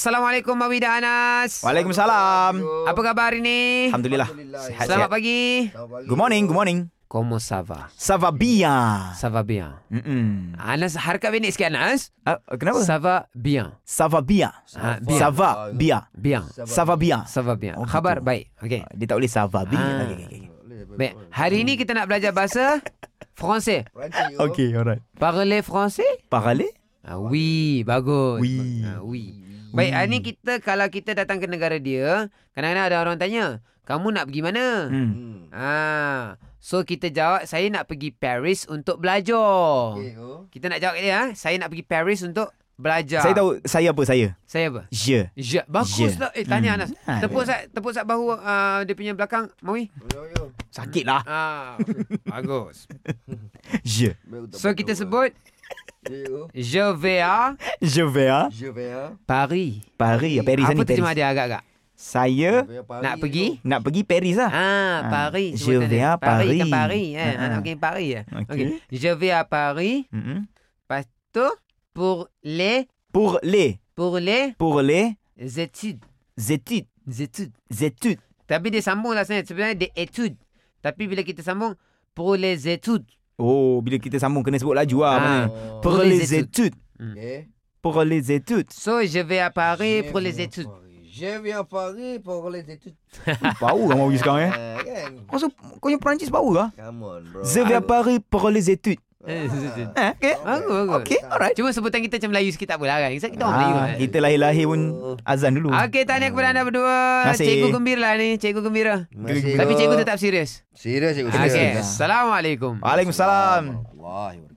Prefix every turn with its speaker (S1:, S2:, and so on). S1: Assalamualaikum Mawi dan Anas.
S2: Waalaikumsalam. Eh.
S1: Apa khabar hari ni?
S2: Alhamdulillah.
S3: Alhamdulillah.
S2: Sihat,
S1: Selamat
S2: sihat.
S1: pagi.
S2: Good morning, good morning.
S1: Como ça va?
S2: Ça va bien.
S1: Ça va bien.
S2: Mm-mm.
S1: Anas harakat pendek sikit Anas.
S2: Ah, kenapa?
S1: Ça va bien.
S2: Ça va bien.
S1: Ah, bien.
S2: Ça va bien.
S1: Bien.
S2: Ça va bien.
S1: Ça va bien.
S2: Oh,
S1: Khabar
S2: gitu.
S1: baik. Okey.
S2: Dia tak boleh ça va bien.
S1: Ah.
S2: Okay, okay,
S1: Baik. Hari ni kita nak belajar bahasa Français.
S2: okay. okay, alright.
S1: Parler français?
S2: Parler?
S1: Ah, oui, bagus.
S2: Oui.
S1: Ah, oui. Baik, hari ni kita kalau kita datang ke negara dia, kadang-kadang ada orang tanya, "Kamu nak pergi mana?"
S2: Hmm.
S1: Ah, so kita jawab, "Saya nak pergi Paris untuk belajar." Kita nak jawab kat dia, ah, "Saya nak pergi Paris untuk belajar."
S2: Saya tahu saya apa saya.
S1: Saya apa?
S2: Je.
S1: Je. Bagus
S2: Je.
S1: lah. Eh, tanya
S2: Hmm.
S1: Anas.
S2: Ah,
S1: Tepuk sat, tepuk sat bahu uh, dia punya belakang, Mawi.
S2: Sakit lah.
S1: Ah, bagus.
S2: Je.
S1: So kita sebut Je vais à
S2: Je vais à
S3: Je vais à
S1: Paris.
S2: Paris. ah, Paris
S1: Apa
S2: ni
S1: terjemah
S2: Paris.
S1: dia agak-agak?
S2: Saya
S1: Nak pergi?
S2: nak pergi Paris lah.
S1: Ah,
S2: Ah,
S1: Paris.
S2: je
S1: sebutan
S2: vais
S1: dia.
S2: à
S1: Paris. Kan
S2: Paris.
S1: Paris. Eh.
S2: Ah,
S1: Anak
S2: ah.
S1: pergi Paris. Eh.
S2: Okay.
S1: Okay. Je vais à Paris
S2: Mm-mm.
S1: pour les
S2: Pour les
S1: pour les
S2: pour les
S1: études.
S2: études
S1: Études.
S2: études.
S1: Tapi dia sambung lah sebenarnya. Sebenarnya dia études. Tapi bila kita sambung pour les études.
S2: Oh, bila kita sambung kena sebut laju lah.
S1: Ah.
S2: mana. Pour
S1: Pour les
S2: les études.
S3: Okay.
S2: Pour les études.
S1: So, je vais à Paris pour les études.
S3: Je vais à Paris pour les études.
S2: Bau kan Mawi sekarang eh.
S3: Ah, kan?
S2: Kau se- kau yang Perancis bau lah.
S3: Come on, bro. Ah.
S2: Je vais à Paris pour les études.
S1: Eh, études.
S2: Eh, okay.
S1: Bagus, bagus.
S2: Okay, alright.
S1: Cuma sebutan kita macam Melayu sikit tak apalah kan. Sebab Kita orang Melayu
S2: Ah,
S1: kan.
S2: kita lahir-lahir pun azan dulu.
S1: Okey, tanya kepada anda berdua.
S2: Terima kasih.
S1: Cikgu gembira lah ni. Cikgu gembira.
S3: Masih,
S1: Tapi
S3: bro.
S1: cikgu tetap Ah, serius.
S3: Serius cikgu.
S1: Okey.
S3: serius.
S1: Assalamualaikum.
S2: Waalaikumsalam.
S3: Wah,